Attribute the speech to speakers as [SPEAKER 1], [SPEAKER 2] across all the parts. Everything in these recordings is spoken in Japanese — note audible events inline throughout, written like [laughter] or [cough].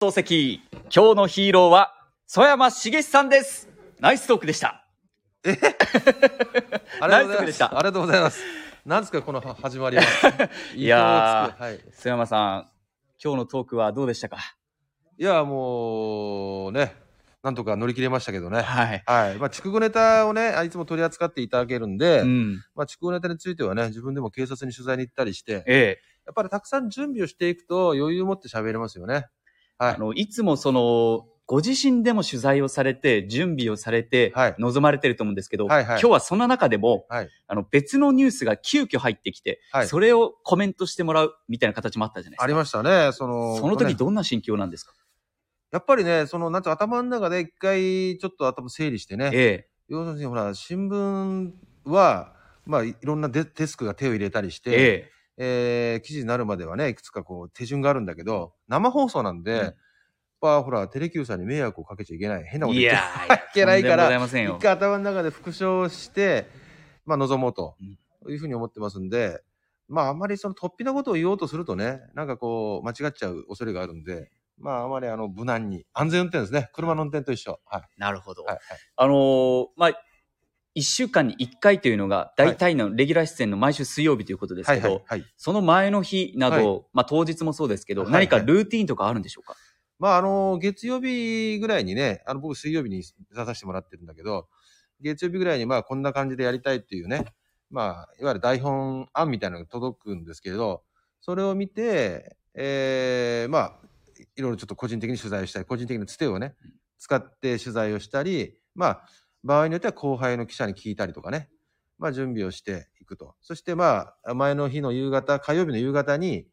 [SPEAKER 1] ト席。今日のヒーローは、曽山茂さんです。ナイストークでした。
[SPEAKER 2] ありがとう
[SPEAKER 1] ナイス
[SPEAKER 2] ござい
[SPEAKER 1] で
[SPEAKER 2] ま
[SPEAKER 1] し
[SPEAKER 2] す。
[SPEAKER 1] た
[SPEAKER 2] ありがとうございます。なんですかこのは始まりは。
[SPEAKER 1] [laughs] いや
[SPEAKER 2] ー、はい。い
[SPEAKER 1] 曽山さん、今日のトークはどうでしたか
[SPEAKER 2] やもうね、なんとか乗り切れましたけどね。
[SPEAKER 1] はい。
[SPEAKER 2] はい。まあ筑後ネタをね、あいつも取り扱っていただけるんで、
[SPEAKER 1] うん。
[SPEAKER 2] まあ筑後ネタについてはね、自分でも警察に取材に行ったりして、や
[SPEAKER 1] ええ。
[SPEAKER 2] っぱりたくさん準備をしていくと余裕を持って喋れますよね。は
[SPEAKER 1] あの、いつもその、ご自身でも取材をされて、準備をされて
[SPEAKER 2] はい、
[SPEAKER 1] 望まれてると思うんですけど、
[SPEAKER 2] はいはい
[SPEAKER 1] 今日はその中でも、
[SPEAKER 2] はい
[SPEAKER 1] あの、別のニュースが急遽入ってきて、
[SPEAKER 2] はい
[SPEAKER 1] それをコメントしてもらうみたいな形もあったじゃない
[SPEAKER 2] い。あ
[SPEAKER 1] で
[SPEAKER 2] りましたね。その、
[SPEAKER 1] すか。その時
[SPEAKER 2] ね
[SPEAKER 1] どんな心境なんですか、
[SPEAKER 2] やっぱりね、その、なんていうの頭の中で一回ちょっと頭整理してね、
[SPEAKER 1] え
[SPEAKER 2] 要するにほら新聞はまあいいろんなデデスクが手を入れたりし
[SPEAKER 1] え、
[SPEAKER 2] て、
[SPEAKER 1] え
[SPEAKER 2] えー記事になるまではねいくつかこう手順があるんだけど生放送なんで、
[SPEAKER 1] うん
[SPEAKER 2] やっぱほらテレキューさんに迷惑をかけちゃいけない変な
[SPEAKER 1] え。
[SPEAKER 2] こと
[SPEAKER 1] い
[SPEAKER 2] 言って
[SPEAKER 1] やー、い
[SPEAKER 2] いけないか
[SPEAKER 1] とんでも
[SPEAKER 2] ら
[SPEAKER 1] ございません
[SPEAKER 2] 一
[SPEAKER 1] よ。
[SPEAKER 2] 回頭の中で復唱してまあ望もうと
[SPEAKER 1] うん
[SPEAKER 2] いうふうに思ってますんで。まあ、あんまりその突飛なことを言おうとするとね、なんかこう、間違っちゃう恐れがあるんで、まあ、あまりあの、無難に。安全運転ですね。車の運転と一緒。はい。
[SPEAKER 1] なるほど。
[SPEAKER 2] はい、はい。
[SPEAKER 1] あのーまあ、一週間に一回というのが、大体のレギュラー出演の毎週水曜日ということです
[SPEAKER 2] は
[SPEAKER 1] け
[SPEAKER 2] い、
[SPEAKER 1] ど、
[SPEAKER 2] はい。はい
[SPEAKER 1] その前の日など、まあ当日もそうですけど、
[SPEAKER 2] はいは
[SPEAKER 1] 何
[SPEAKER 2] い
[SPEAKER 1] かルーティンとかあるんでしょうか
[SPEAKER 2] まあ、あの、月曜日ぐらいにね、あの、僕水曜日に出させてもらってるんだけど、月曜日ぐらいにまあ、こんな感じでやりたいっていうね、まあ、いわゆる台本案みたいなのが届くんですけれど、それを見て、ええまあ、いろいろちょっと個人的に取材をしたり、個人的なつてをね、使って取材をしたり、まあ、場合によっては後輩の記者に聞いたりとかね、まあ、準備をしていくと。そしてまあ、前の日の夕方、火曜日の夕方に、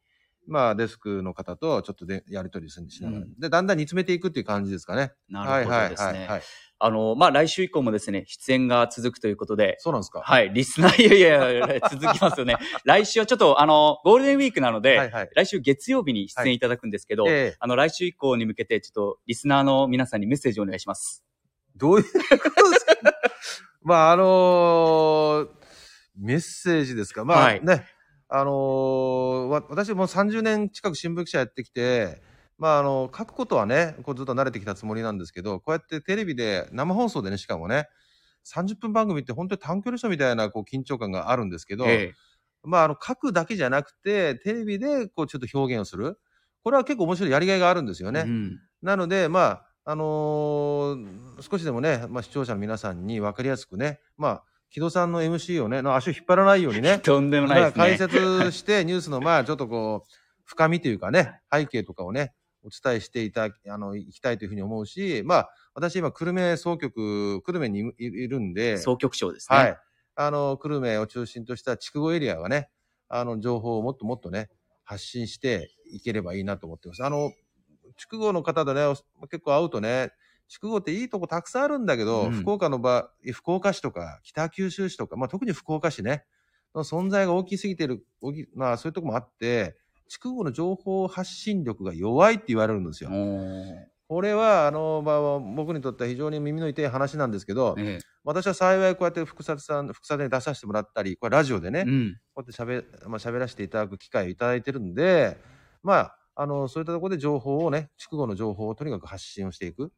[SPEAKER 2] まあ、デスクの方とちょっとでやり取りしながら、
[SPEAKER 1] うん
[SPEAKER 2] で、だんだん煮詰めていくっていう感じですかね。
[SPEAKER 1] なるほどですね。
[SPEAKER 2] はいはいはいはい。
[SPEAKER 1] あの、まあ、来週以降もですね、出演が続くということで、
[SPEAKER 2] そうなんですか。
[SPEAKER 1] はい、リスナー、いや [laughs] いやいや、続きますよね。来週はちょっと、あの、ゴールデンウィークなので、
[SPEAKER 2] はいはい。
[SPEAKER 1] 来週月曜日に出演いただくんですけど、
[SPEAKER 2] ええ
[SPEAKER 1] あの、来週以降に向けて、ちょっと、リスナーの皆さんにメッセージをお願いします。
[SPEAKER 2] どういう [laughs] ことですかまあ、あのーメッセージですか。まあ、
[SPEAKER 1] はい
[SPEAKER 2] ね、あのーわ私もう30年近く新聞記者やってきて、まあ、あの、書くことはね、こうずっと慣れてきたつもりなんですけど、こうやってテレビで生放送でね、しかもね、30分番組って本当に短距離走みたいなこう緊張感があるんですけど、
[SPEAKER 1] ええ
[SPEAKER 2] まあ、あの、書くだけじゃなくて、テレビでこうちょっと表現をする。これは結構面白いやりがいがあるんですよね。
[SPEAKER 1] うん、
[SPEAKER 2] なので、まあ、あのー少しでもね、まあ、視聴者の皆さんに分かりやすくね、まあ、木戸さんの MC をね、の足を引っ張らないようにね
[SPEAKER 1] とんでもないで
[SPEAKER 2] まあ
[SPEAKER 1] すね
[SPEAKER 2] 解。説して、ニュースの、まあ、ちょっとこう、深みというかね、背景とかをね、お伝えしていただき、あの、いきたいというふうに思うし、まあ、私今、久留米総局、久留米にいいるんで、
[SPEAKER 1] 総局長ですね。
[SPEAKER 2] はい。あの、久留米を中心とした筑後エリアがね、あの、情報をもっともっとね、発信していければいいなと思ってます。あの、筑後の方でね、お結構会うとね、筑後っていいとこたくさんあるんだけど、
[SPEAKER 1] うん
[SPEAKER 2] 福岡の場、福岡市とか、北九州市とか、まあ特に福岡市ね、の存在が大きすぎてる、大きまあそういうとこもあって、筑後の情報発信力が弱いって言われるんですよ。
[SPEAKER 1] お
[SPEAKER 2] これは、あの、まあ僕にとっては非常に耳の痛い話なんですけど
[SPEAKER 1] ー、え
[SPEAKER 2] 私は幸いこうやって福里さん、福里に出させてもらったり、これラジオでね、
[SPEAKER 1] えう
[SPEAKER 2] こ
[SPEAKER 1] ん。
[SPEAKER 2] うやって喋、まあ、喋らせていただく機会をいただいてるんで、まあ、あの、そういったところで情報をね、筑後の情報をとにかく発信をしていく。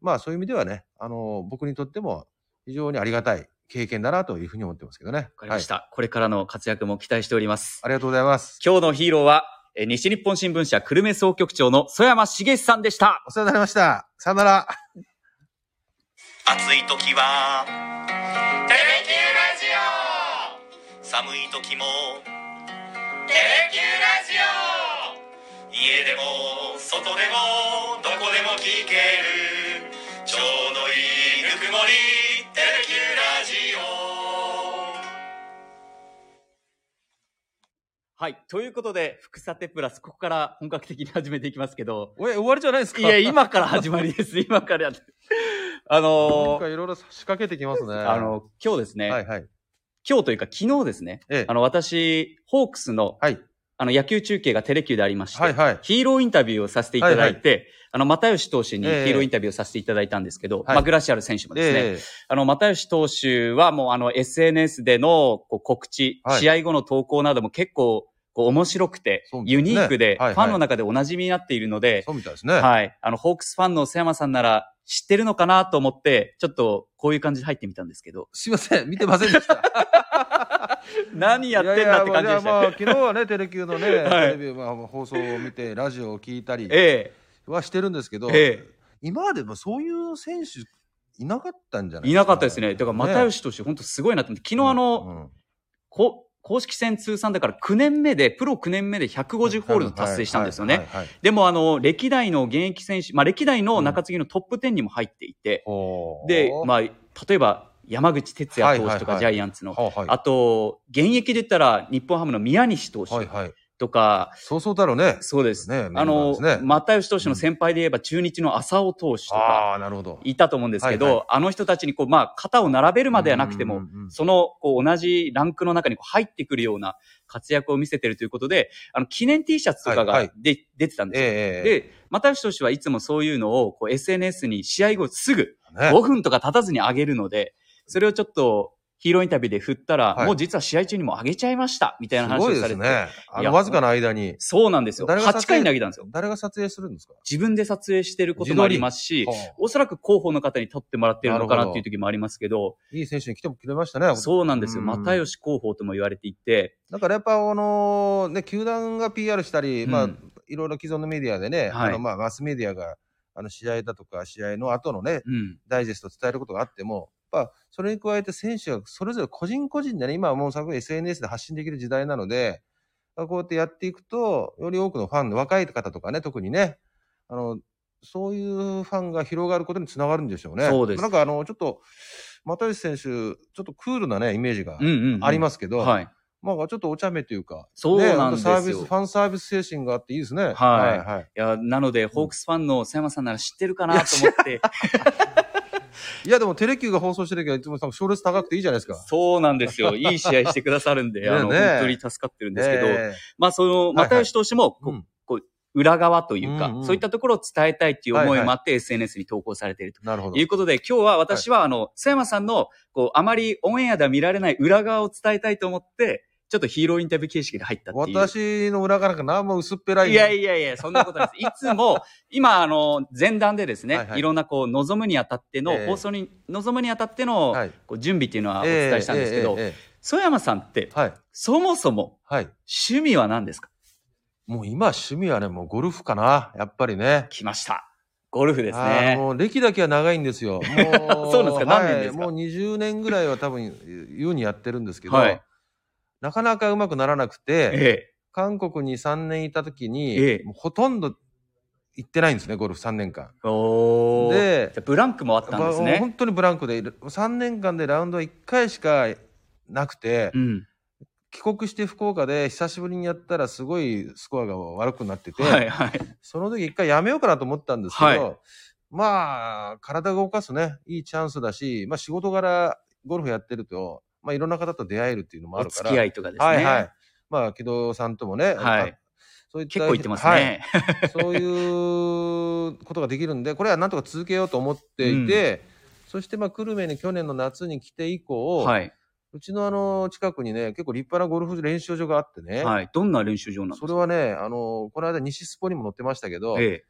[SPEAKER 2] まあ、そういう意味ではね、あの、僕にとっても非常にありがたい経験だなというふうに思ってますけどね。
[SPEAKER 1] わかりまし
[SPEAKER 2] はい。
[SPEAKER 1] た、これからの活躍も期待しております。
[SPEAKER 2] ありがとうございます。
[SPEAKER 1] 今日のヒーローは、えー西日本新聞社久留米総局長の曽山茂さんでした。
[SPEAKER 2] お世話になりました。さよなら。
[SPEAKER 3] 暑い時は「テレキューラジオ」寒い時も「テレキューラジオ」家でも外でもどこでも聞けるちょうどいいぬくもり「テレキューラジオ」
[SPEAKER 1] はい。ということで、福さてプラス、ここから本格的に始めていきますけ [laughs] ど、
[SPEAKER 2] え、終わりじゃないですか
[SPEAKER 1] いや、今から始まりです。今からやって。あ
[SPEAKER 2] なん
[SPEAKER 1] の
[SPEAKER 2] か
[SPEAKER 1] ー
[SPEAKER 2] いろいろ仕掛けてきますね。
[SPEAKER 1] あ、の、今日ですね、
[SPEAKER 2] はいはい。
[SPEAKER 1] 今日というか昨日ですね、
[SPEAKER 2] ええ
[SPEAKER 1] あの、私、ホークスの、
[SPEAKER 2] はい。
[SPEAKER 1] あの、野球中継がテレキューでありまして、
[SPEAKER 2] はいはい。
[SPEAKER 1] ヒーローインタビューをさせていただいて、あの、又吉投手にヒーローインタビューをさせていただいたんですけど、
[SPEAKER 2] はい
[SPEAKER 1] まあ、グラシアル選手もですね、
[SPEAKER 2] え
[SPEAKER 1] あの、又吉投手はもうあの SNS でのこう告知、
[SPEAKER 2] はい
[SPEAKER 1] 試合後の投稿なども結構こう面白くて
[SPEAKER 2] そう、ですね
[SPEAKER 1] ユニークで、フ
[SPEAKER 2] はいはい
[SPEAKER 1] ァンの中でおなじみになっているので、
[SPEAKER 2] そうみたいですね。
[SPEAKER 1] はい。あの、ホークスファンの瀬山さんなら知ってるのかなと思って、ちょっとこういう感じで入ってみたんですけど、
[SPEAKER 2] すいません、見てませんでした。
[SPEAKER 1] 何やってんだって感じでした
[SPEAKER 2] いやいやまあいやまあ
[SPEAKER 1] ね。
[SPEAKER 2] 昨日はね、テレキューのね、
[SPEAKER 1] [laughs] はい
[SPEAKER 2] テレビ、まあ、放送を見て、ラジオを聞いたり
[SPEAKER 1] え
[SPEAKER 2] はしてるんですけど、
[SPEAKER 1] え
[SPEAKER 2] 今までもそういう選手いなかったんじゃない
[SPEAKER 1] え。いなかったですね。だから、又吉投手、本当すごいなって。昨日あの、
[SPEAKER 2] うん
[SPEAKER 1] こ公式戦通算だから9年目で、プロ9年目で150ホールド達成したんですよね。。
[SPEAKER 2] はいはいはいはい
[SPEAKER 1] でも、あの、歴代の現役選手、まあ、歴代の中継ぎのトップ10にも入っていて、
[SPEAKER 2] ほう
[SPEAKER 1] で、まあ、例えば、山口哲也投手と
[SPEAKER 2] は
[SPEAKER 1] か
[SPEAKER 2] いはいはい
[SPEAKER 1] ジャイアンツの、
[SPEAKER 2] はあはい
[SPEAKER 1] あと、現役で言ったら、日本ハムの宮西投
[SPEAKER 2] はい
[SPEAKER 1] 手
[SPEAKER 2] はい。
[SPEAKER 1] とか、
[SPEAKER 2] そうそうだろうね。
[SPEAKER 1] そうです。
[SPEAKER 2] ね
[SPEAKER 1] あの、
[SPEAKER 2] メンバーですね
[SPEAKER 1] 又吉投手の先輩で言えば、中日の浅尾投手とか、
[SPEAKER 2] ああ、なるほど。
[SPEAKER 1] いたと思うんですけど、
[SPEAKER 2] はいは
[SPEAKER 1] あの人たちにこう、まあ、肩を並べるまではなくても、
[SPEAKER 2] うんうんうん
[SPEAKER 1] その、こう、同じランクの中にこう入ってくるような活躍を見せてるということで、あの、記念 T シャツとかがで、
[SPEAKER 2] はいは
[SPEAKER 1] 出てたんですよ。
[SPEAKER 2] ええええ
[SPEAKER 1] で、又吉投手はいつもそういうのを、こう、SNS に試合後すぐ、
[SPEAKER 2] ね
[SPEAKER 1] 5分とか経たずに上げるので、それをちょっと、ヒーローインタビューで振ったら、
[SPEAKER 2] はい
[SPEAKER 1] もう実は試合中にも上げちゃいました、みたいな
[SPEAKER 2] す
[SPEAKER 1] 話
[SPEAKER 2] ご
[SPEAKER 1] を
[SPEAKER 2] い
[SPEAKER 1] され
[SPEAKER 2] で
[SPEAKER 1] て。
[SPEAKER 2] すね。あ
[SPEAKER 1] いや
[SPEAKER 2] の、わずかな間に。
[SPEAKER 1] そうなんですよ。
[SPEAKER 2] 誰が撮影
[SPEAKER 1] 8回投げたんですよ。
[SPEAKER 2] 誰が撮影するんですか
[SPEAKER 1] 自分で撮影してることもありますし、
[SPEAKER 2] は
[SPEAKER 1] おそらく広報の方に撮ってもらってるのかな
[SPEAKER 2] なるほ
[SPEAKER 1] って
[SPEAKER 2] ど
[SPEAKER 1] いう時もありますけど、
[SPEAKER 2] あいい選手に来てもくれましたね。
[SPEAKER 1] そうなんですよ。
[SPEAKER 2] うん
[SPEAKER 1] 又吉広報とも言われていて、
[SPEAKER 2] だからやっぱ、あのね、球団が PR したり、ま
[SPEAKER 1] う
[SPEAKER 2] あ
[SPEAKER 1] ん、
[SPEAKER 2] いろいろ既存のメディアでね、
[SPEAKER 1] はい
[SPEAKER 2] あのまあマスメディアがあの試合だとか、試合の後のね、
[SPEAKER 1] うん。
[SPEAKER 2] ダイジェストを伝えることがあっても、やっぱそれに加えて選手がそれぞれ個人個人でね、今はもう昨今 SNS で発信できる時代なので、こうやってやっていくと、より多くのファンの若い方とかね、特にね、あの、そういうファンが広がることにつながるんでしょうね。
[SPEAKER 1] そうです
[SPEAKER 2] なんかあの、ちょっと、又吉選手、ちょっとクールなね、イメージが
[SPEAKER 1] うんうん、うん。
[SPEAKER 2] あり
[SPEAKER 1] す
[SPEAKER 2] ますけど、
[SPEAKER 1] はい。
[SPEAKER 2] まあちょっとお茶目というか、
[SPEAKER 1] そうなんですよ
[SPEAKER 2] ね本当サービス、ファンサービス精神があっていいですね。はいはい。い
[SPEAKER 1] いや、なので、ホークスファンの佐山さんなら知ってるかなと思って、
[SPEAKER 2] [laughs] や、でもテレキューが放送してるけど、いつも多分賞レ高くていいじゃないですか。
[SPEAKER 1] そうなんですよ。いい試合してくださるんで、
[SPEAKER 2] [laughs] ねえ
[SPEAKER 1] あの、
[SPEAKER 2] ねえ
[SPEAKER 1] 本当に助かってるんですけど、
[SPEAKER 2] ね
[SPEAKER 1] まあ、その、
[SPEAKER 2] はいはい
[SPEAKER 1] 又吉投手も、こう
[SPEAKER 2] うん
[SPEAKER 1] 裏側というか、
[SPEAKER 2] うんうん
[SPEAKER 1] そういったところを伝えたいっていう思いもあって、SNS に投稿されていると
[SPEAKER 2] なるほど。
[SPEAKER 1] いうことで、今日は私は、あの、佐山さんの、こう、あまりオンエアでは見られない裏側を伝えたいと思って、ちょっとヒーローインタビュー形式で入ったっていう。
[SPEAKER 2] 私の裏からなんか何も薄っぺらい。
[SPEAKER 1] いやいやいや、そんなことない
[SPEAKER 2] [laughs]
[SPEAKER 1] です。いつも、今、あの、前段でですね、
[SPEAKER 2] はいいはい
[SPEAKER 1] ろんな、こう、望むにあたっての、
[SPEAKER 2] ええ
[SPEAKER 1] 放送に、望むにあたっての、
[SPEAKER 2] はい。
[SPEAKER 1] こう準備っていうのはお伝えしたんですけど、
[SPEAKER 2] えええええ
[SPEAKER 1] 曽山さんって
[SPEAKER 2] え、はい。
[SPEAKER 1] そもそも
[SPEAKER 2] はい。
[SPEAKER 1] 趣味は何ですか
[SPEAKER 2] もう今趣味はね、もうゴルフかな。やっぱりね。
[SPEAKER 1] 来ました。ゴルフです
[SPEAKER 2] あー
[SPEAKER 1] ね。
[SPEAKER 2] もう歴だけは長い
[SPEAKER 1] [laughs]
[SPEAKER 2] んですよ。も
[SPEAKER 1] そうなんですか
[SPEAKER 2] はい
[SPEAKER 1] 何年ですか
[SPEAKER 2] もう20年ぐらいは多分、優にやってるんですけど、
[SPEAKER 1] はい
[SPEAKER 2] なかなかうまくならなくて、
[SPEAKER 1] え
[SPEAKER 2] 韓国に3年いた時に、
[SPEAKER 1] ええ
[SPEAKER 2] もうほとんど行ってないんですね、ゴルフ3年間。
[SPEAKER 1] え。おー。
[SPEAKER 2] で
[SPEAKER 1] じゃあブランクもあったんです
[SPEAKER 2] まあ
[SPEAKER 1] ね。
[SPEAKER 2] 本当にブランクで、3年間でラウンドは1回しかなくて、
[SPEAKER 1] うん。
[SPEAKER 2] 帰国して福岡で久しぶりにやったらすごいスコアが悪くなってて、
[SPEAKER 1] はいはい。
[SPEAKER 2] その時一回やめようかなと思ったんですけど、
[SPEAKER 1] はい
[SPEAKER 2] まあ体動かすねいいチャンスだし、まあ、仕事柄ゴルフやってると、まあ、いろんな方と出会えるっていうのもあ
[SPEAKER 1] お
[SPEAKER 2] るから
[SPEAKER 1] 付き合いとかですね。
[SPEAKER 2] はいはいまあ木戸さんともね、
[SPEAKER 1] はい
[SPEAKER 2] そういった
[SPEAKER 1] 結構行ってます
[SPEAKER 2] はい
[SPEAKER 1] ね。
[SPEAKER 2] そういうことができるんでこれはなんとか続けようと思っていて、そしてまあ久留米に去年の夏に来て以降、
[SPEAKER 1] はい。
[SPEAKER 2] うちのあの近くにね結構立派なゴルフ練習場があってね、
[SPEAKER 1] はい。どんな練習場なんです
[SPEAKER 2] そ
[SPEAKER 1] か
[SPEAKER 2] れはね、あのこの間、西スポにも載ってましたけど、
[SPEAKER 1] え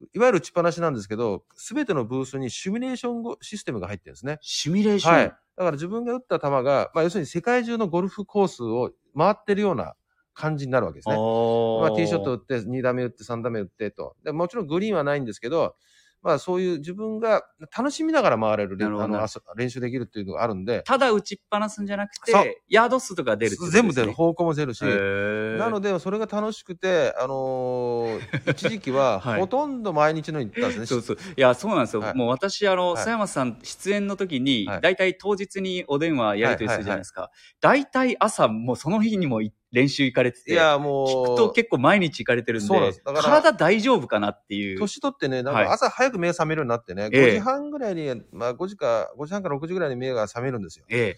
[SPEAKER 1] え。
[SPEAKER 2] いわゆる打ちっぱなしなんですけど、すべてのブースにシミュレーションごシステムが入ってるんですね。
[SPEAKER 1] シミュレーション。
[SPEAKER 2] はい。だから自分が打った球が、まあ、要するに世界中のゴルフコースを回ってるような感じになるわけですね。
[SPEAKER 1] お
[SPEAKER 2] まあ、ティーショット打って、2打目打って、3打目打ってと。でもちろんグリーンはないんですけど、まあそういう自分が楽しみながら回れる
[SPEAKER 1] なるほど
[SPEAKER 2] あのあそ練習できるっていうのがあるんで、
[SPEAKER 1] ただ打ちっぱなすんじゃなく
[SPEAKER 2] そう
[SPEAKER 1] て、ヤード数とか出るってことです
[SPEAKER 2] 全
[SPEAKER 1] ね
[SPEAKER 2] 部出る。方向も出るし、
[SPEAKER 1] へえ。
[SPEAKER 2] なの
[SPEAKER 1] で、
[SPEAKER 2] で、それが楽しくて、あの
[SPEAKER 1] [laughs]
[SPEAKER 2] ー一時期は、
[SPEAKER 1] はい
[SPEAKER 2] ほとんど毎日のように行ったんです
[SPEAKER 1] そう
[SPEAKER 2] ね。
[SPEAKER 1] そう。いや、そうなんですよ。
[SPEAKER 2] はい
[SPEAKER 1] もう私、あの、
[SPEAKER 2] はい
[SPEAKER 1] 佐山さん出演の時に、
[SPEAKER 2] はい
[SPEAKER 1] 大体当日にお電話やり取りするじゃないですか。大体朝、もうその日にもい練習行かれてて、
[SPEAKER 2] いや、もう、
[SPEAKER 1] 聞くと結構毎日行かれてるん
[SPEAKER 2] そうなん
[SPEAKER 1] で
[SPEAKER 2] ですだから
[SPEAKER 1] 体大丈夫かなっていう。
[SPEAKER 2] 年取ってね、なん
[SPEAKER 1] はい
[SPEAKER 2] か朝早く目覚めるようになってね、
[SPEAKER 1] ええ
[SPEAKER 2] 5時半ぐらいに、まあ5時か、5時半から6時ぐらいに目が覚めるんですよ。
[SPEAKER 1] え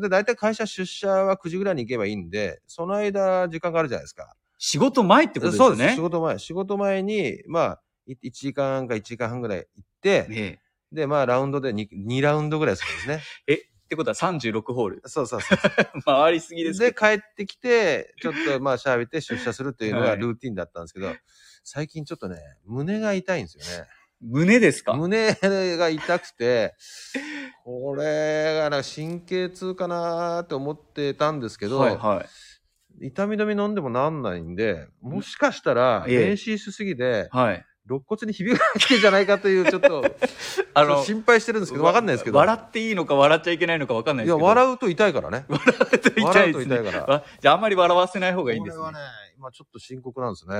[SPEAKER 1] え。
[SPEAKER 2] で、大体会社出社は9時ぐらいに行けばいいんで、その間時間があるじゃないですか。
[SPEAKER 1] 仕事前ってことです
[SPEAKER 2] そ
[SPEAKER 1] よ
[SPEAKER 2] うです。
[SPEAKER 1] ね
[SPEAKER 2] 仕。事前。仕事前に、まあ、1時間か1時間半ぐらい行って、
[SPEAKER 1] ええ。 [laughs]
[SPEAKER 2] で、まあラウンドで 2, ラウンドぐらいするんですね。
[SPEAKER 1] ってことは36ホール。
[SPEAKER 2] そうそうそう。
[SPEAKER 1] 回りすぎですけ
[SPEAKER 2] で、
[SPEAKER 1] ど。
[SPEAKER 2] 帰ってきて、ちょっとまあ、シャーベて出社するというの
[SPEAKER 1] は
[SPEAKER 2] が
[SPEAKER 1] い
[SPEAKER 2] ルーティンだったんですけど、最近ちょっとね、胸が痛いんですよね。
[SPEAKER 1] 胸ですか
[SPEAKER 2] 胸が痛くて、これがな神経痛かなーって思ってたんですけど、
[SPEAKER 1] はいはい。
[SPEAKER 2] 痛み止め飲んでもなんないんで、もしかしたら
[SPEAKER 1] ええ
[SPEAKER 2] 練習しすぎで、
[SPEAKER 1] はい。
[SPEAKER 2] 肋骨にひびが入ってんじゃないかという、ちょっと、
[SPEAKER 1] あの、
[SPEAKER 2] 心配してるんですけど、わかんないですけど。
[SPEAKER 1] 笑っていいのか笑っちゃいけないのかわかんない
[SPEAKER 2] い
[SPEAKER 1] です
[SPEAKER 2] や、
[SPEAKER 1] けど。
[SPEAKER 2] 笑うと痛いからね。
[SPEAKER 1] うと [laughs] 痛
[SPEAKER 2] 笑
[SPEAKER 1] いうで
[SPEAKER 2] と
[SPEAKER 1] す
[SPEAKER 2] 痛
[SPEAKER 1] ね
[SPEAKER 2] い。から。
[SPEAKER 1] わ [laughs] じゃああんまり笑わせない方がいいんです
[SPEAKER 2] こ
[SPEAKER 1] ね
[SPEAKER 2] れ。はね、今ちょっと深刻なんですね。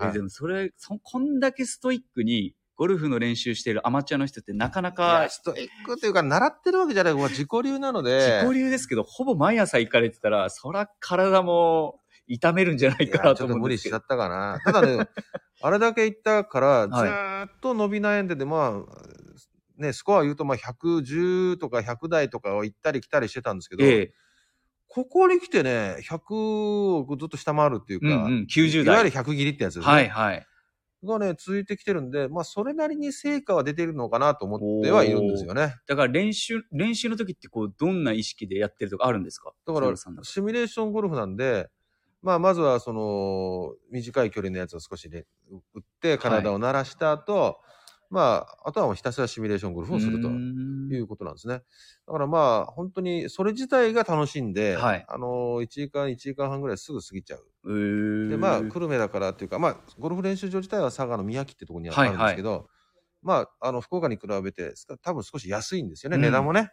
[SPEAKER 1] え
[SPEAKER 2] はい
[SPEAKER 1] でもそれそ、こんだけストイックにゴルフの練習しているアマチュアの人ってなかないか
[SPEAKER 2] やストイックというか、習ってるわけじゃない、僕は自己流なので。
[SPEAKER 1] 自己流ですけど、ほぼ毎朝行かれてたら、そら体も痛めるんじゃない
[SPEAKER 2] い
[SPEAKER 1] か
[SPEAKER 2] や
[SPEAKER 1] な
[SPEAKER 2] ち
[SPEAKER 1] と
[SPEAKER 2] ょっと
[SPEAKER 1] 思うん
[SPEAKER 2] 無
[SPEAKER 1] で
[SPEAKER 2] 理
[SPEAKER 1] すけ
[SPEAKER 2] しち
[SPEAKER 1] ど
[SPEAKER 2] ゃ。ったかな。ただ
[SPEAKER 1] [laughs]
[SPEAKER 2] ね、あれだけ行ったから、ずーっと伸び悩んでて、まあ、ね、スコア言うと、まあ、110とか100台とかを行ったり来たりしてたんですけど、
[SPEAKER 1] ええ、
[SPEAKER 2] ここに来てね、100をずっと下回るっていう
[SPEAKER 1] うん
[SPEAKER 2] か、
[SPEAKER 1] うん、90
[SPEAKER 2] いわ
[SPEAKER 1] 代。
[SPEAKER 2] ゆる100切りってやつですね
[SPEAKER 1] はいはい。
[SPEAKER 2] がね、続いてきてるんで、まあ、それなりに成果は出てるのかなと思ってはいるんですよね。
[SPEAKER 1] だから練習、練習の時ってこう、どんな意識でやってるとかあるんですか
[SPEAKER 2] だから
[SPEAKER 1] 菅野さんの、
[SPEAKER 2] シミュレーションゴルフなんで、まあ、まずはその、短い距離のやつを少しね、打って、体を慣らした後、まあ、あとはもうひたすらシミュレーションゴルフをすると
[SPEAKER 1] うー
[SPEAKER 2] い
[SPEAKER 1] ん
[SPEAKER 2] うことなんですね。だからまあ、本当に、それ自体が楽しんで、
[SPEAKER 1] はい
[SPEAKER 2] あの、1時間、1時間半ぐらいすぐ過ぎちゃう。
[SPEAKER 1] うーん。
[SPEAKER 2] で、まあ、久留米だからっていうか、まあ、ゴルフ練習場自体は佐賀の宮城ってところにあ
[SPEAKER 1] はい
[SPEAKER 2] あるんですけど、まあ、あの、福岡に比べて、す多分少し安いんですよね、値段もね。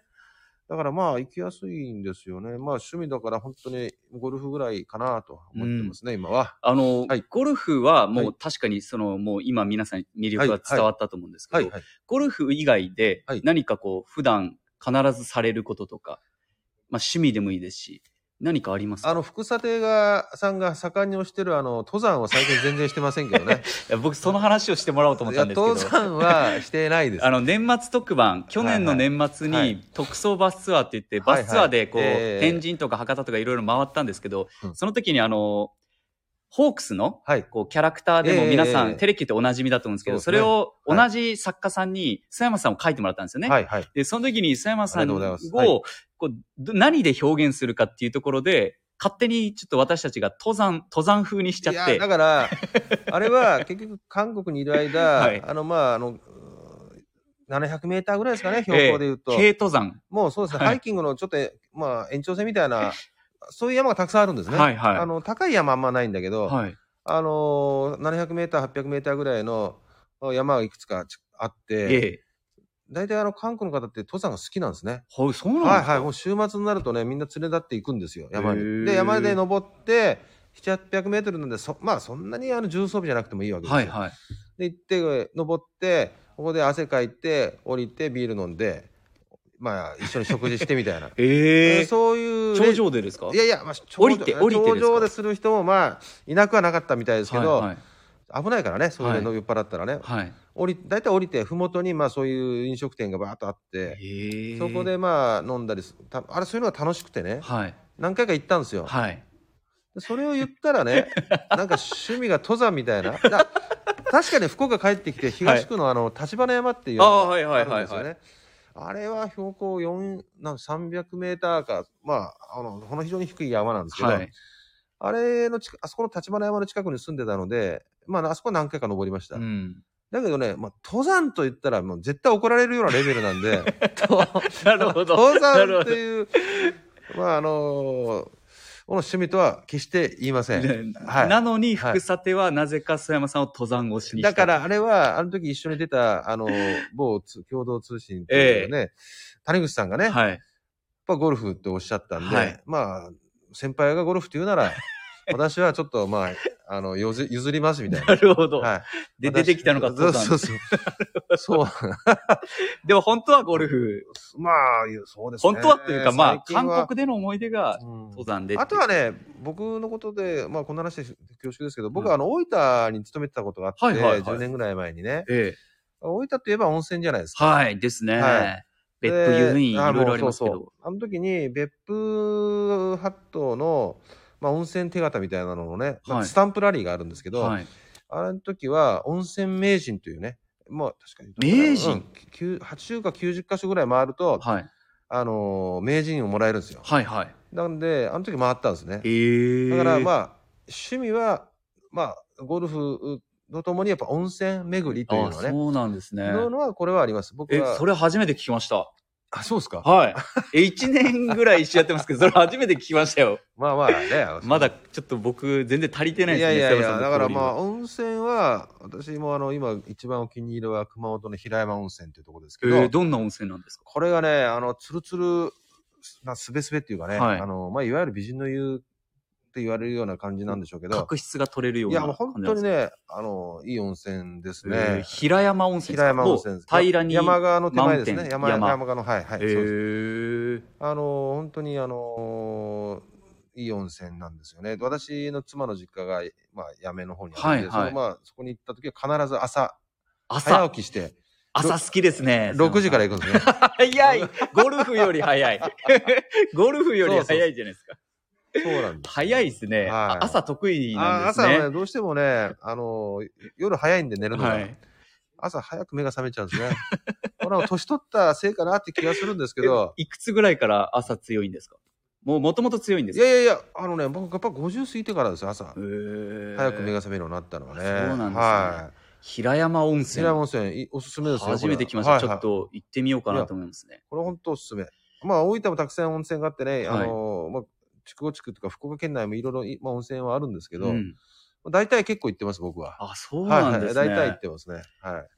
[SPEAKER 2] だからまあ、行きやすいんですよね。まあ、趣味だから本当にゴルフぐらいかなと思ってますね、今は。
[SPEAKER 1] あの、
[SPEAKER 2] はい
[SPEAKER 1] ゴルフはも
[SPEAKER 2] は
[SPEAKER 1] う確かにその、もう今皆さん魅力は伝わったと思うんですけど、
[SPEAKER 2] はい、はい。
[SPEAKER 1] ゴルフ以外で
[SPEAKER 2] はい
[SPEAKER 1] 何かこう、普段必ずされることとか、まあ趣味でもいいですし、何かありますか
[SPEAKER 2] あの、福佐亭が、さんが盛んに推してる、あの、登山を最近全然してませんけ
[SPEAKER 1] [laughs]
[SPEAKER 2] どね。
[SPEAKER 1] いや僕その話をしてもらおうと思っ
[SPEAKER 2] い
[SPEAKER 1] た
[SPEAKER 2] や、
[SPEAKER 1] んですけど。
[SPEAKER 2] 登山はしてないです。
[SPEAKER 1] あの年末特番去年の年末
[SPEAKER 2] はいは
[SPEAKER 1] に
[SPEAKER 2] い
[SPEAKER 1] 特装バスツアーって言って
[SPEAKER 2] はい
[SPEAKER 1] バ
[SPEAKER 2] はい
[SPEAKER 1] スツアーでこう
[SPEAKER 2] ええ
[SPEAKER 1] 天神とか博多とかいろいろ回ったんですけど
[SPEAKER 2] うん
[SPEAKER 1] その時にあのホークスの
[SPEAKER 2] はい。
[SPEAKER 1] こうキャラクターでも
[SPEAKER 2] ええ
[SPEAKER 1] 皆さ
[SPEAKER 2] ええ
[SPEAKER 1] んテレキューっておなじみだと思うんですけど
[SPEAKER 2] そ
[SPEAKER 1] そう
[SPEAKER 2] です
[SPEAKER 1] れ
[SPEAKER 2] ね
[SPEAKER 1] を同じ作家さんに須山さんを書いてもらったんですよね。
[SPEAKER 2] はい、はい。
[SPEAKER 1] でその時に須山さ
[SPEAKER 2] あ
[SPEAKER 1] ん
[SPEAKER 2] りがとうございますはい
[SPEAKER 1] をこうど何で表現するかっていうところで勝手にちょっと私たちが登山登山風にしちゃっ
[SPEAKER 2] いや
[SPEAKER 1] て [laughs]
[SPEAKER 2] だから、あれは結局韓国にいる間、
[SPEAKER 1] はい
[SPEAKER 2] あの、まあ、あの、うー700メーターぐらいですかね、標高で言うと。
[SPEAKER 1] 軽登山。
[SPEAKER 2] もうそうですね、
[SPEAKER 1] はい
[SPEAKER 2] ハイキングのちょっと、まあ、延長線みた
[SPEAKER 1] [laughs]
[SPEAKER 2] いな、そういう山がたくさんあるんですね。
[SPEAKER 1] はいはい
[SPEAKER 2] あの、高い山あんまないんだけど、
[SPEAKER 1] はい
[SPEAKER 2] あの、700メーター、800メーターぐらいの山がいくつかあっ
[SPEAKER 1] え
[SPEAKER 2] て、
[SPEAKER 1] え
[SPEAKER 2] 大体あの、韓国の方って登山が好きなんですね。
[SPEAKER 1] ほうそうなんですか
[SPEAKER 2] はいはい、もう週末になるとね、みんな連れ立っていくんですよ、山
[SPEAKER 1] へ
[SPEAKER 2] に。
[SPEAKER 1] ー
[SPEAKER 2] で、山で登って、7、800メートルなんで、そまあそんなにあの重装備じゃなくてもいいわけですよ。
[SPEAKER 1] はいはい。。
[SPEAKER 2] で、行って、登って、ここで汗かいて、降りて、ビール飲んで、まあ一緒に食事してみたいな
[SPEAKER 1] [laughs] ええ
[SPEAKER 2] そういう。
[SPEAKER 1] 頂上でですか
[SPEAKER 2] いやいや、まあ、頂
[SPEAKER 1] 降りて降りてです
[SPEAKER 2] 頂
[SPEAKER 1] か
[SPEAKER 2] 上でする人もまあ、いなくはなかったみたいですけど、
[SPEAKER 1] はい
[SPEAKER 2] 危ないからね、それ
[SPEAKER 1] は
[SPEAKER 2] で飲み酔っ払ったらね。
[SPEAKER 1] はいはい
[SPEAKER 2] 降り、大体降りて、ふもとにまあそういう飲食店がバーっとあって、
[SPEAKER 1] へえ
[SPEAKER 2] そこでまあ飲んだりすたあれそういうのが楽しくてね、
[SPEAKER 1] はい
[SPEAKER 2] 何回か行ったんですよ。
[SPEAKER 1] はい
[SPEAKER 2] でそれを言った
[SPEAKER 1] [laughs]
[SPEAKER 2] らね、なんか趣味が登山みたいな。だ確かに福岡帰ってきて、東区のあの、立花山っていうの
[SPEAKER 1] あーはい
[SPEAKER 2] が
[SPEAKER 1] は
[SPEAKER 2] あ
[SPEAKER 1] い
[SPEAKER 2] る
[SPEAKER 1] はい
[SPEAKER 2] ん
[SPEAKER 1] はい
[SPEAKER 2] ですよね。あれは標高4なん300メーターか、まあ、あの、この非常に低い山なんですけど、
[SPEAKER 1] はい。
[SPEAKER 2] あれの近くあそこの立花山の近くに住んでたので、まあ、あそこは何回か登りました。
[SPEAKER 1] うん。 [laughs]
[SPEAKER 2] だけどね、まあ、登山と言ったらもう絶対怒られるようなレベルなんで、
[SPEAKER 1] なるほど。
[SPEAKER 2] 登
[SPEAKER 1] なる
[SPEAKER 2] 山
[SPEAKER 1] ほ
[SPEAKER 2] って
[SPEAKER 1] ど
[SPEAKER 2] いう、まああのこの趣味とは決して言いません。
[SPEAKER 1] ね
[SPEAKER 2] はい
[SPEAKER 1] なのに、
[SPEAKER 2] はい
[SPEAKER 1] 福佐手はなぜか須山さんを登山越しにした
[SPEAKER 2] だか、らあれは、あの時一緒に出た、あの某つ共同通信っていうのがね、谷口さんがね、やっ
[SPEAKER 1] はい。
[SPEAKER 2] ぱゴルフっておっしゃったんで、
[SPEAKER 1] はい
[SPEAKER 2] まあ、先輩がゴルフって言うなら、私はちょっとまあ、あの、譲譲りますみたい
[SPEAKER 1] な
[SPEAKER 2] な。
[SPEAKER 1] るほど。
[SPEAKER 2] はい。
[SPEAKER 1] で、
[SPEAKER 2] 私
[SPEAKER 1] 出てきたのが登
[SPEAKER 2] そう
[SPEAKER 1] 山。
[SPEAKER 2] そうそう。そう。
[SPEAKER 1] でも本当はゴルフ。
[SPEAKER 2] まあ、そうですね。
[SPEAKER 1] 本当はっていうか、まあ、
[SPEAKER 2] 最近は
[SPEAKER 1] 韓国での思い出が
[SPEAKER 2] うん
[SPEAKER 1] 登山で。
[SPEAKER 2] あとは、ね、僕のことで、まあ、こんな話で恐縮ですけど、僕はあの、大分に勤めてたことがあって、
[SPEAKER 1] はいはいはい
[SPEAKER 2] 10年ぐらい前にね、
[SPEAKER 1] ええ。
[SPEAKER 2] 大分といえば温泉じゃないですか。
[SPEAKER 1] はい、ですね
[SPEAKER 2] は。
[SPEAKER 1] 別府遊園、い
[SPEAKER 2] であ
[SPEAKER 1] ろいろありますけ
[SPEAKER 2] もうそう
[SPEAKER 1] ど。
[SPEAKER 2] そうあの時に、別府八島の、まあ、温泉手形みたいなののね、まあ
[SPEAKER 1] はい
[SPEAKER 2] スタンプラリーがあるんですけど、
[SPEAKER 1] はい。
[SPEAKER 2] あの時は、温泉名人というね、まあ、確かに。
[SPEAKER 1] 名人
[SPEAKER 2] うんきゅう ?80 か90か所ぐらい回ると、
[SPEAKER 1] はい。
[SPEAKER 2] あのー名人をもらえるんですよ。
[SPEAKER 1] はいはい。
[SPEAKER 2] なんで、あの時回ったんですね。
[SPEAKER 1] ええ
[SPEAKER 2] だからま
[SPEAKER 1] あ、
[SPEAKER 2] あ、趣味は、まあ、ゴルフとともにやっぱ温泉巡りというのはね、
[SPEAKER 1] そうなんですね。
[SPEAKER 2] のはこれはあります。僕
[SPEAKER 1] え
[SPEAKER 2] は。、
[SPEAKER 1] それ初めて聞きました。
[SPEAKER 2] あ、そうですか。
[SPEAKER 1] はい。え、1年ぐらい一緒やってますけど、それ初めて聞きましたよ。。
[SPEAKER 2] まあまあね
[SPEAKER 1] [laughs] まだちょっと僕、全然足りてない
[SPEAKER 2] い
[SPEAKER 1] です
[SPEAKER 2] や
[SPEAKER 1] ね。
[SPEAKER 2] いやい
[SPEAKER 1] 瀬
[SPEAKER 2] や、
[SPEAKER 1] 山さん
[SPEAKER 2] だ
[SPEAKER 1] の
[SPEAKER 2] から
[SPEAKER 1] 交流
[SPEAKER 2] まあ、温泉は、私もあの、今一番お気に入りは熊本の平山温泉っていうところですけど、
[SPEAKER 1] えーどんな温泉なんですか
[SPEAKER 2] これがね、あの、ツルツル、なすべすべっていうかね、
[SPEAKER 1] はい
[SPEAKER 2] あの、まあ、いわゆる美人の湯って言われるような感じなんでしょうけど、
[SPEAKER 1] 角質が取れるよう
[SPEAKER 2] い
[SPEAKER 1] な
[SPEAKER 2] や、も
[SPEAKER 1] 感
[SPEAKER 2] う
[SPEAKER 1] じなんで
[SPEAKER 2] 本
[SPEAKER 1] すか。
[SPEAKER 2] 当にね、あの、いい温泉です
[SPEAKER 1] えー
[SPEAKER 2] ね。
[SPEAKER 1] 平山温泉ですか
[SPEAKER 2] 平山温泉です。
[SPEAKER 1] もう平らに。
[SPEAKER 2] 山側の手前です
[SPEAKER 1] 満
[SPEAKER 2] ね。
[SPEAKER 1] 点
[SPEAKER 2] 山、
[SPEAKER 1] 山
[SPEAKER 2] 山側の、はい、
[SPEAKER 1] え
[SPEAKER 2] はい、そうです
[SPEAKER 1] ー、
[SPEAKER 2] あの、本当に、あの、いい温泉なんですよね。私の妻の実家が、まあ、八女の方にあるんで、
[SPEAKER 1] はいはい
[SPEAKER 2] そのまあ、そこに行った時は必ず朝、早
[SPEAKER 1] 朝
[SPEAKER 2] 起、きして、
[SPEAKER 1] 朝好きですね。
[SPEAKER 2] 6時から
[SPEAKER 1] ら。
[SPEAKER 2] 行くんですね。
[SPEAKER 1] [laughs] 早いゴルフより早
[SPEAKER 2] [laughs]
[SPEAKER 1] い。ゴルフより早いじゃないですか。
[SPEAKER 2] そうなんです。
[SPEAKER 1] 早いですね、
[SPEAKER 2] はい
[SPEAKER 1] あ朝得意なん
[SPEAKER 2] あ
[SPEAKER 1] です
[SPEAKER 2] 朝は
[SPEAKER 1] ね
[SPEAKER 2] ね、。どうしてもね、あの、夜早いんで寝るのが、
[SPEAKER 1] はい。
[SPEAKER 2] 朝早く目が覚めちゃうんですね。これは年取ったせいかなって気がするんですけど、
[SPEAKER 1] いくつぐらいから朝強いんですかもうもともと強いんで
[SPEAKER 2] い
[SPEAKER 1] すか
[SPEAKER 2] やいやいや、あのね、僕やっぱ50過ぎてからですよ、朝。早
[SPEAKER 1] 早
[SPEAKER 2] く目が覚めるようになったのはね。
[SPEAKER 1] そうなんですね
[SPEAKER 2] は
[SPEAKER 1] 平山温
[SPEAKER 2] い。
[SPEAKER 1] 泉
[SPEAKER 2] 平。山温泉、いおすすめですよ。これ
[SPEAKER 1] 初めて来ました、
[SPEAKER 2] はい
[SPEAKER 1] ちょ
[SPEAKER 2] はい
[SPEAKER 1] っと行ってみようかなと思いますね。
[SPEAKER 2] これ本当おすすめ。まあ、大分もたくさん温泉があってね、あの、まあ、筑後地区とか福岡県内もいろいろ、まあ、温泉はあるんですけど、
[SPEAKER 1] う
[SPEAKER 2] ま
[SPEAKER 1] ん、
[SPEAKER 2] あ大体結構行ってます、僕は。
[SPEAKER 1] あ、そうなんですね。
[SPEAKER 2] はいいはい、大体行ってますね。はい。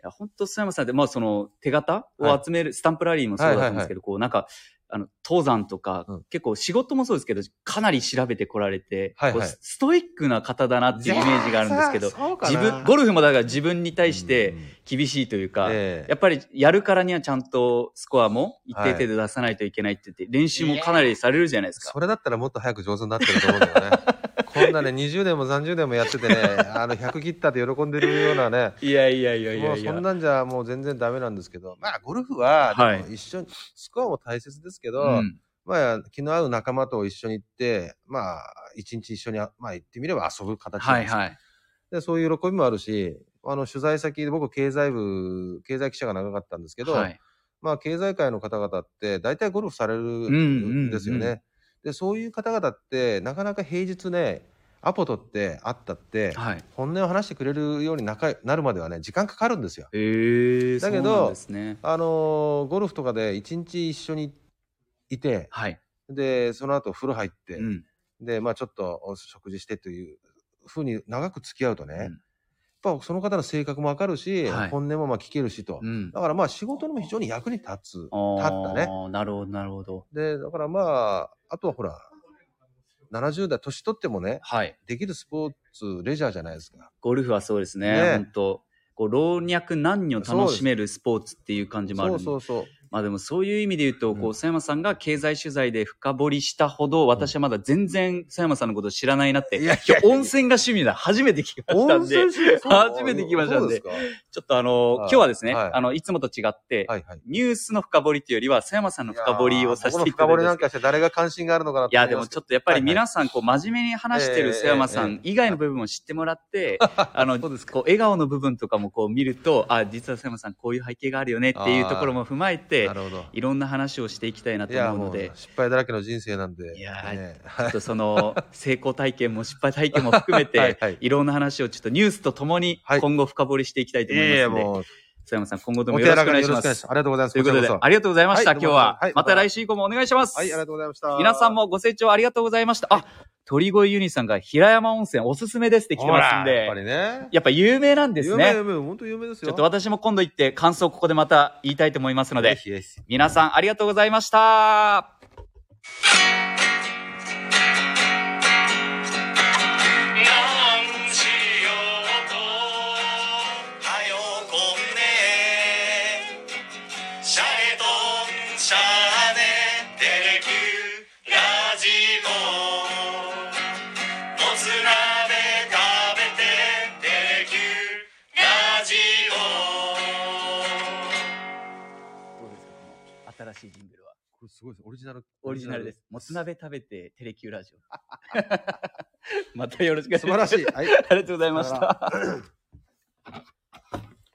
[SPEAKER 1] や、本当須山さんって、まあその手形を集める、スタンプラリーもそうだったんですけど、こうなんか、あの、登山とか、
[SPEAKER 2] うん
[SPEAKER 1] 結構仕事もそうですけど、かなり調べてこられて、
[SPEAKER 2] はいは
[SPEAKER 1] こ
[SPEAKER 2] い
[SPEAKER 1] うストイックな方だなっていうイメージがあるんですけど、
[SPEAKER 2] ど
[SPEAKER 1] 自分、ゴルフもだから自分に対して厳しいというか、
[SPEAKER 2] ええ
[SPEAKER 1] やっぱりやるからにはちゃんとスコアも一定程度出さないといけないって言って、練習もかなりされるじゃないですか。
[SPEAKER 2] それだったらもっと早く上手になってると思うんだよね。こんなね、20年も30年もやっててね、あの、100切ったって喜んでるようなね、
[SPEAKER 1] いやいやいやい
[SPEAKER 2] も
[SPEAKER 1] や
[SPEAKER 2] う
[SPEAKER 1] い
[SPEAKER 2] そ
[SPEAKER 1] や
[SPEAKER 2] ん。なんじゃもう全然ダメなんですけど、まあ、ゴルフは、
[SPEAKER 1] はい
[SPEAKER 2] でも一緒に、スコアも大切ですけど、
[SPEAKER 1] うん
[SPEAKER 2] まあ、気の合う仲間と一緒に行って、まあ、一日一緒に、まあ、行ってみれば遊ぶ形な
[SPEAKER 1] は
[SPEAKER 2] んで
[SPEAKER 1] い
[SPEAKER 2] す
[SPEAKER 1] はい。
[SPEAKER 2] でそういう喜びもあるし、あの、取材先で僕、経済部、経済記者が長かったんですけど、
[SPEAKER 1] はい、
[SPEAKER 2] まあ、経済界の方々って、大体ゴルフされる
[SPEAKER 1] んうんうん
[SPEAKER 2] んですよね。で、そういう方々って、なかなか平日ね、アポ取って会ったって、
[SPEAKER 1] はい。
[SPEAKER 2] 本音を話してくれるようになかなるまではね、時間かかるんですよ。
[SPEAKER 1] えー、
[SPEAKER 2] だけど
[SPEAKER 1] そうなんですね。
[SPEAKER 2] あのーゴルフとかで一日一緒にいて、
[SPEAKER 1] はい。
[SPEAKER 2] で、その後風呂入って、
[SPEAKER 1] うん。
[SPEAKER 2] で、まあ、ちょっと食事してというふうに長く付き合うとね、
[SPEAKER 1] うん
[SPEAKER 2] やっぱその方の性格もわかるし、
[SPEAKER 1] はい
[SPEAKER 2] 本音もまあ聞けるしと。
[SPEAKER 1] うん。
[SPEAKER 2] だからまあ仕事にも非常に役に立つ、立ったね。
[SPEAKER 1] ああ、なるほど、なるほど。
[SPEAKER 2] で、だからまあ、あとはほら、70代、年取ってもね、
[SPEAKER 1] はい。
[SPEAKER 2] できるスポーツ、レジャーじゃないですか。
[SPEAKER 1] ゴルフはそうですね。
[SPEAKER 2] ね
[SPEAKER 1] 本当こう老若男女楽しめるスポーツっていう感じもあるん
[SPEAKER 2] そう
[SPEAKER 1] で
[SPEAKER 2] そうそう。
[SPEAKER 1] まあでもそういう意味で言うと、こう、
[SPEAKER 2] うん
[SPEAKER 1] 佐山さんが経済取材で深掘りしたほど、私はまだ全然佐山さんのこと知らないなって。
[SPEAKER 2] いやい
[SPEAKER 1] 今日温泉が趣味だ。初めて聞きましたんで、
[SPEAKER 2] しか
[SPEAKER 1] 初めて来ましたんで
[SPEAKER 2] そうです
[SPEAKER 1] ちょっとあの、
[SPEAKER 2] は
[SPEAKER 1] 今
[SPEAKER 2] い
[SPEAKER 1] 日はですね、
[SPEAKER 2] はい
[SPEAKER 1] あの、いつもと違って、
[SPEAKER 2] かはいはい。
[SPEAKER 1] ニュースの深掘りというよりは、佐山さんの深掘りをさせていた
[SPEAKER 2] いやー僕の深
[SPEAKER 1] だい
[SPEAKER 2] 掘
[SPEAKER 1] て
[SPEAKER 2] りなんかして誰が関心があるのかなと
[SPEAKER 1] いや、
[SPEAKER 2] 思
[SPEAKER 1] で
[SPEAKER 2] いま
[SPEAKER 1] も
[SPEAKER 2] すけ
[SPEAKER 1] ちょ
[SPEAKER 2] ど
[SPEAKER 1] っとやっぱ
[SPEAKER 2] は
[SPEAKER 1] り
[SPEAKER 2] いはい
[SPEAKER 1] 皆さん、こう、真面目に話してる瀬山さん以外の部分を知ってもら
[SPEAKER 2] [laughs]
[SPEAKER 1] って、あの、こう、笑顔の部分とかもこう見ると、あ、実は瀬山さん、こういう背景があるよねっていうところも踏まえて
[SPEAKER 2] な、るほど。
[SPEAKER 1] いろんな話をしていきたいなと
[SPEAKER 2] いや、
[SPEAKER 1] 思う
[SPEAKER 2] も
[SPEAKER 1] の
[SPEAKER 2] う
[SPEAKER 1] で、
[SPEAKER 2] 失敗だらけの人生なんで。
[SPEAKER 1] いやー
[SPEAKER 2] ね
[SPEAKER 1] ちょっとその、成功体験も失敗体験も含め
[SPEAKER 2] [laughs] はい
[SPEAKER 1] て
[SPEAKER 2] はい、
[SPEAKER 1] いろんな話をちょっとニュースとともに
[SPEAKER 2] は、い
[SPEAKER 1] 今後深掘りしていきたいと思い
[SPEAKER 2] い
[SPEAKER 1] ます
[SPEAKER 2] やいや
[SPEAKER 1] ので、
[SPEAKER 2] もう
[SPEAKER 1] 瀬山さん、今後と
[SPEAKER 2] お
[SPEAKER 1] も
[SPEAKER 2] 手
[SPEAKER 1] よろし
[SPEAKER 2] 柔ら
[SPEAKER 1] くお
[SPEAKER 2] か
[SPEAKER 1] 願い
[SPEAKER 2] によ
[SPEAKER 1] し
[SPEAKER 2] ろ
[SPEAKER 1] ま
[SPEAKER 2] しくお願いしますす。。ありがとうございます。
[SPEAKER 1] ということ
[SPEAKER 2] こ
[SPEAKER 1] で
[SPEAKER 2] ちら、こ
[SPEAKER 1] ありがとうございました、
[SPEAKER 2] はい
[SPEAKER 1] 今日は
[SPEAKER 2] どうもはい。
[SPEAKER 1] また来週以降もお願いします。
[SPEAKER 2] そはい、ありがとうございました。
[SPEAKER 1] 皆さんもご清聴ありがとうございました。あ、鳥越ユニさんが平山温泉おすすめですって来てますん
[SPEAKER 2] ほらやっぱ
[SPEAKER 1] で、
[SPEAKER 2] りね。
[SPEAKER 1] やっぱ有名なんです
[SPEAKER 2] 有名
[SPEAKER 1] ね。
[SPEAKER 2] 有名、本当有名です
[SPEAKER 1] ち
[SPEAKER 2] よ。
[SPEAKER 1] ょっと私も今度行って感想をここでまた言いたいと思いますの
[SPEAKER 2] ぜ
[SPEAKER 1] で、
[SPEAKER 2] ひぜひ
[SPEAKER 1] 皆さんありがとうございました。
[SPEAKER 3] 何しようとはよこんねシャレとんしゃあねテレキューラジオもつ鍋食べてテレキューラジオ
[SPEAKER 1] どうですか、新しいジングルは。
[SPEAKER 2] これすごいです。オリジナル。
[SPEAKER 1] オリジナルです。。もつ鍋食べてテレ [laughs] キューラジオ。またよろしくお願いします。
[SPEAKER 2] 素晴らしい。はい。
[SPEAKER 1] ありがとうございました。